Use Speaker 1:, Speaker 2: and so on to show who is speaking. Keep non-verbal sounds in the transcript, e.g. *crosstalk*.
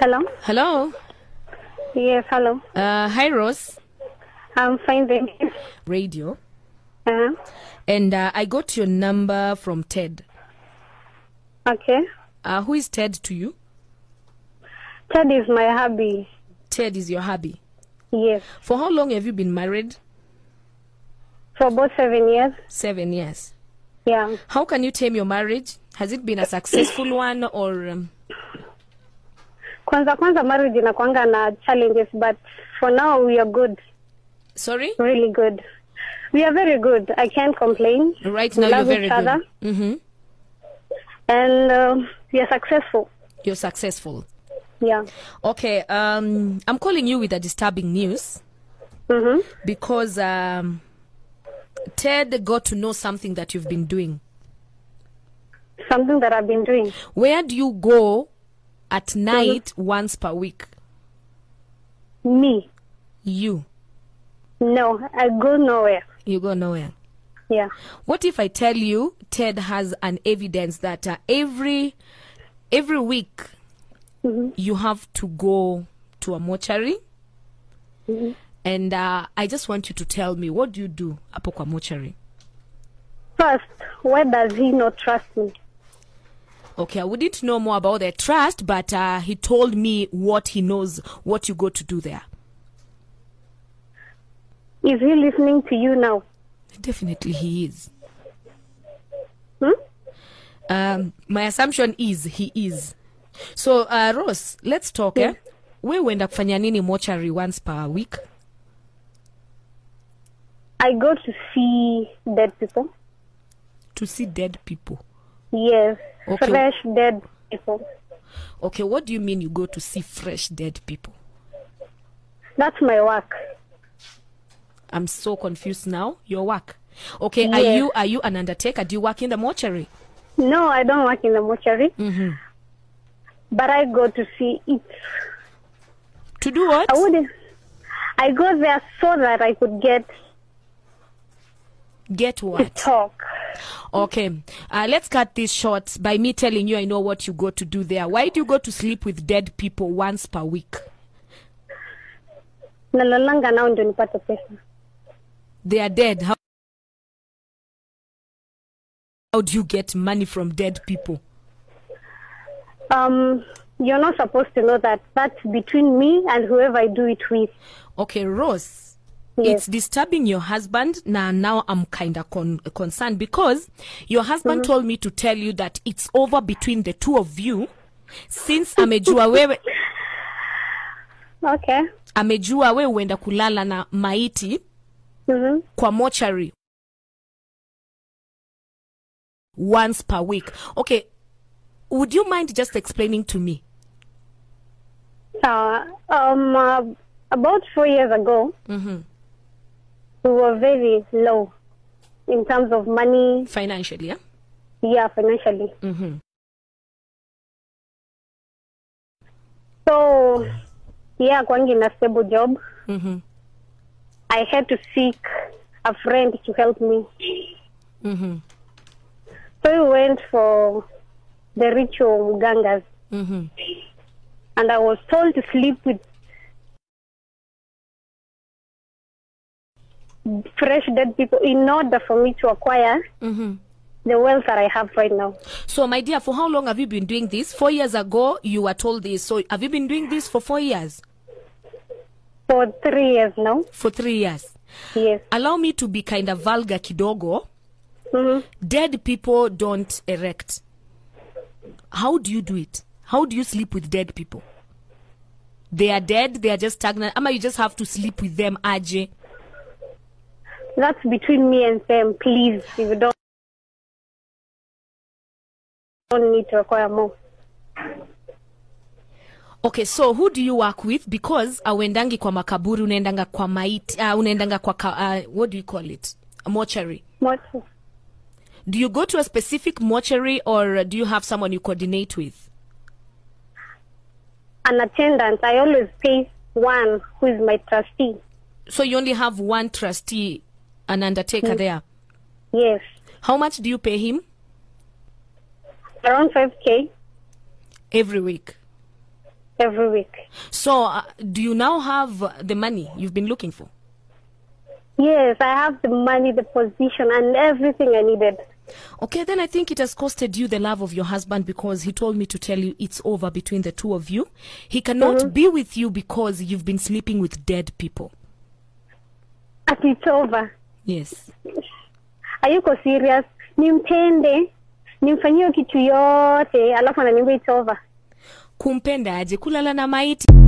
Speaker 1: Hello.
Speaker 2: Hello.
Speaker 1: Yes. Hello.
Speaker 2: Uh, hi, Rose.
Speaker 1: I'm fine. Thank you.
Speaker 2: Radio.
Speaker 1: Uh,
Speaker 2: And uh, I got your number from Ted.
Speaker 1: okay.
Speaker 2: Uh, who is Ted to you?
Speaker 1: Ted is my hubby.
Speaker 2: Ted is your hubby.
Speaker 1: Yes.
Speaker 2: For how long have you been married?
Speaker 1: For about seven years.
Speaker 2: Seven years.
Speaker 1: Yeah.
Speaker 2: How can you tame your marriage? Has it been a successful *coughs* one or um,
Speaker 1: Kwanza kwanza marriage inakwanga na challenges but for now we are good.
Speaker 2: sorry?
Speaker 1: Really good. We are very good. I can't complain.
Speaker 2: Right
Speaker 1: We
Speaker 2: now you're
Speaker 1: love
Speaker 2: very
Speaker 1: each other
Speaker 2: good. Mm-hmm.
Speaker 1: and um we are successful.
Speaker 2: You're successful.
Speaker 1: Yeah.
Speaker 2: Okay, um, I'm calling you with a disturbing news
Speaker 1: Mhm.
Speaker 2: because um, Ted got to know something that you've been doing.
Speaker 1: Something that I've been doing.
Speaker 2: Where do you go at night once per week?
Speaker 1: Me.
Speaker 2: You.
Speaker 1: No. I go nowhere.
Speaker 2: You go nowhere.
Speaker 1: Yeah.
Speaker 2: What if I tell you Ted has an evidence that uh, every every week you have to go to a mortuary and uh, I just want you to tell me what do you do hapo kwa mortuary?
Speaker 1: First, why does he not trust me?
Speaker 2: Okay, I wouldn't know more about the trust, but uh, he told me what he knows, what you go to do there.
Speaker 1: Is he listening to you now?
Speaker 2: Definitely, he is.
Speaker 1: Hmm?
Speaker 2: Um, my assumption is he is. So uh, Rose, let's talk. Eh? We uenda kufanya nini mortuary once per week?
Speaker 1: I go to see dead people.
Speaker 2: to see dead people.
Speaker 1: Yes,
Speaker 2: Okay.
Speaker 1: fresh dead people.
Speaker 2: Okay, what do you mean you go to see fresh dead people?
Speaker 1: That's my work.
Speaker 2: I'm so confused now. Your work. Okay, are
Speaker 1: Yes.
Speaker 2: you are you an undertaker? Do you work in the mortuary?
Speaker 1: No, I don't work in the mortuary,
Speaker 2: Mm-hmm.
Speaker 1: but I go to see it.
Speaker 2: To do what?
Speaker 1: I wouldn't. I go there so that I could get
Speaker 2: Get
Speaker 1: to
Speaker 2: *laughs* what?
Speaker 1: talk.
Speaker 2: Okay, uh, let's cut this short by me telling you I know what you go to do there. Why do you go to sleep with dead people once per week?
Speaker 1: Nalalanga nao ndio nipate pesa.
Speaker 2: They are dead. How, how do you get money from dead people?
Speaker 1: Um, you're not supposed to know that. That's between me and whoever I do it with.
Speaker 2: Okay, Rose. it's
Speaker 1: Yes.
Speaker 2: disturbing your husband now now i'm kind of con- concerned because your husband told me to tell you that it's over between the two of you since amejua wewe
Speaker 1: Okay.
Speaker 2: amejua wewe huenda kulala na maiti
Speaker 1: hmm
Speaker 2: kwa mochari once per week okay would you mind just explaining to me
Speaker 1: Sawa. Um, uh, about four years ago,
Speaker 2: Mhm.
Speaker 1: we were very low in terms of money,
Speaker 2: financially yeah?
Speaker 1: yeah, financially.
Speaker 2: Mhm.
Speaker 1: So, yeah, kwangi in a stable job,
Speaker 2: Mhm.
Speaker 1: I had to seek a friend to help me.
Speaker 2: Mhm.
Speaker 1: So we went for the ritual gangas,
Speaker 2: Mhm.
Speaker 1: and I was told to sleep with fresh dead people in order for me to acquire
Speaker 2: Mhm.
Speaker 1: the wealth that I have right now.
Speaker 2: So, my dear, for how long have you been doing this? Four years ago, you were told this. So, have you been doing this for four years?
Speaker 1: For three years now.
Speaker 2: For three years.
Speaker 1: Yes.
Speaker 2: Allow me to be kind of vulgar kidogo.
Speaker 1: hmm
Speaker 2: Dead people don't erect. How do you do it? How do you sleep with dead people? They are dead, they are just stagnant. Ama you just have to sleep with them, Aj.
Speaker 1: That's between me and them, please. If you don't, don't need to require more.
Speaker 2: Okay, so who do you work with? Because auendangi kwa makaburi, unaendanga kwa maiti, uh, unaendanga kwa, ka, uh, what do you call it? Mortuary.
Speaker 1: What?
Speaker 2: Do you go to a specific mortuary or do you have someone you coordinate with?
Speaker 1: An attendant, I always pay one who is my trustee.
Speaker 2: So you only have one trustee, an undertaker there.
Speaker 1: Yes,
Speaker 2: How much do you pay him
Speaker 1: around 5K
Speaker 2: every week?
Speaker 1: every week.
Speaker 2: So, uh, do you now have uh, the money you've been looking for?
Speaker 1: Yes, I have the money, the position, and everything I needed.
Speaker 2: Okay, then I think it has costed you the love of your husband because he told me to tell you it's over between the two of you. He cannot be with you because you've been sleeping with dead people.
Speaker 1: Ati it's over.
Speaker 2: Yes.
Speaker 1: Hayuko serious. Nimpende, nimfanyie kitu yote, alafu ananiambia it's over.
Speaker 2: Kumpenda aje kulala na maiti?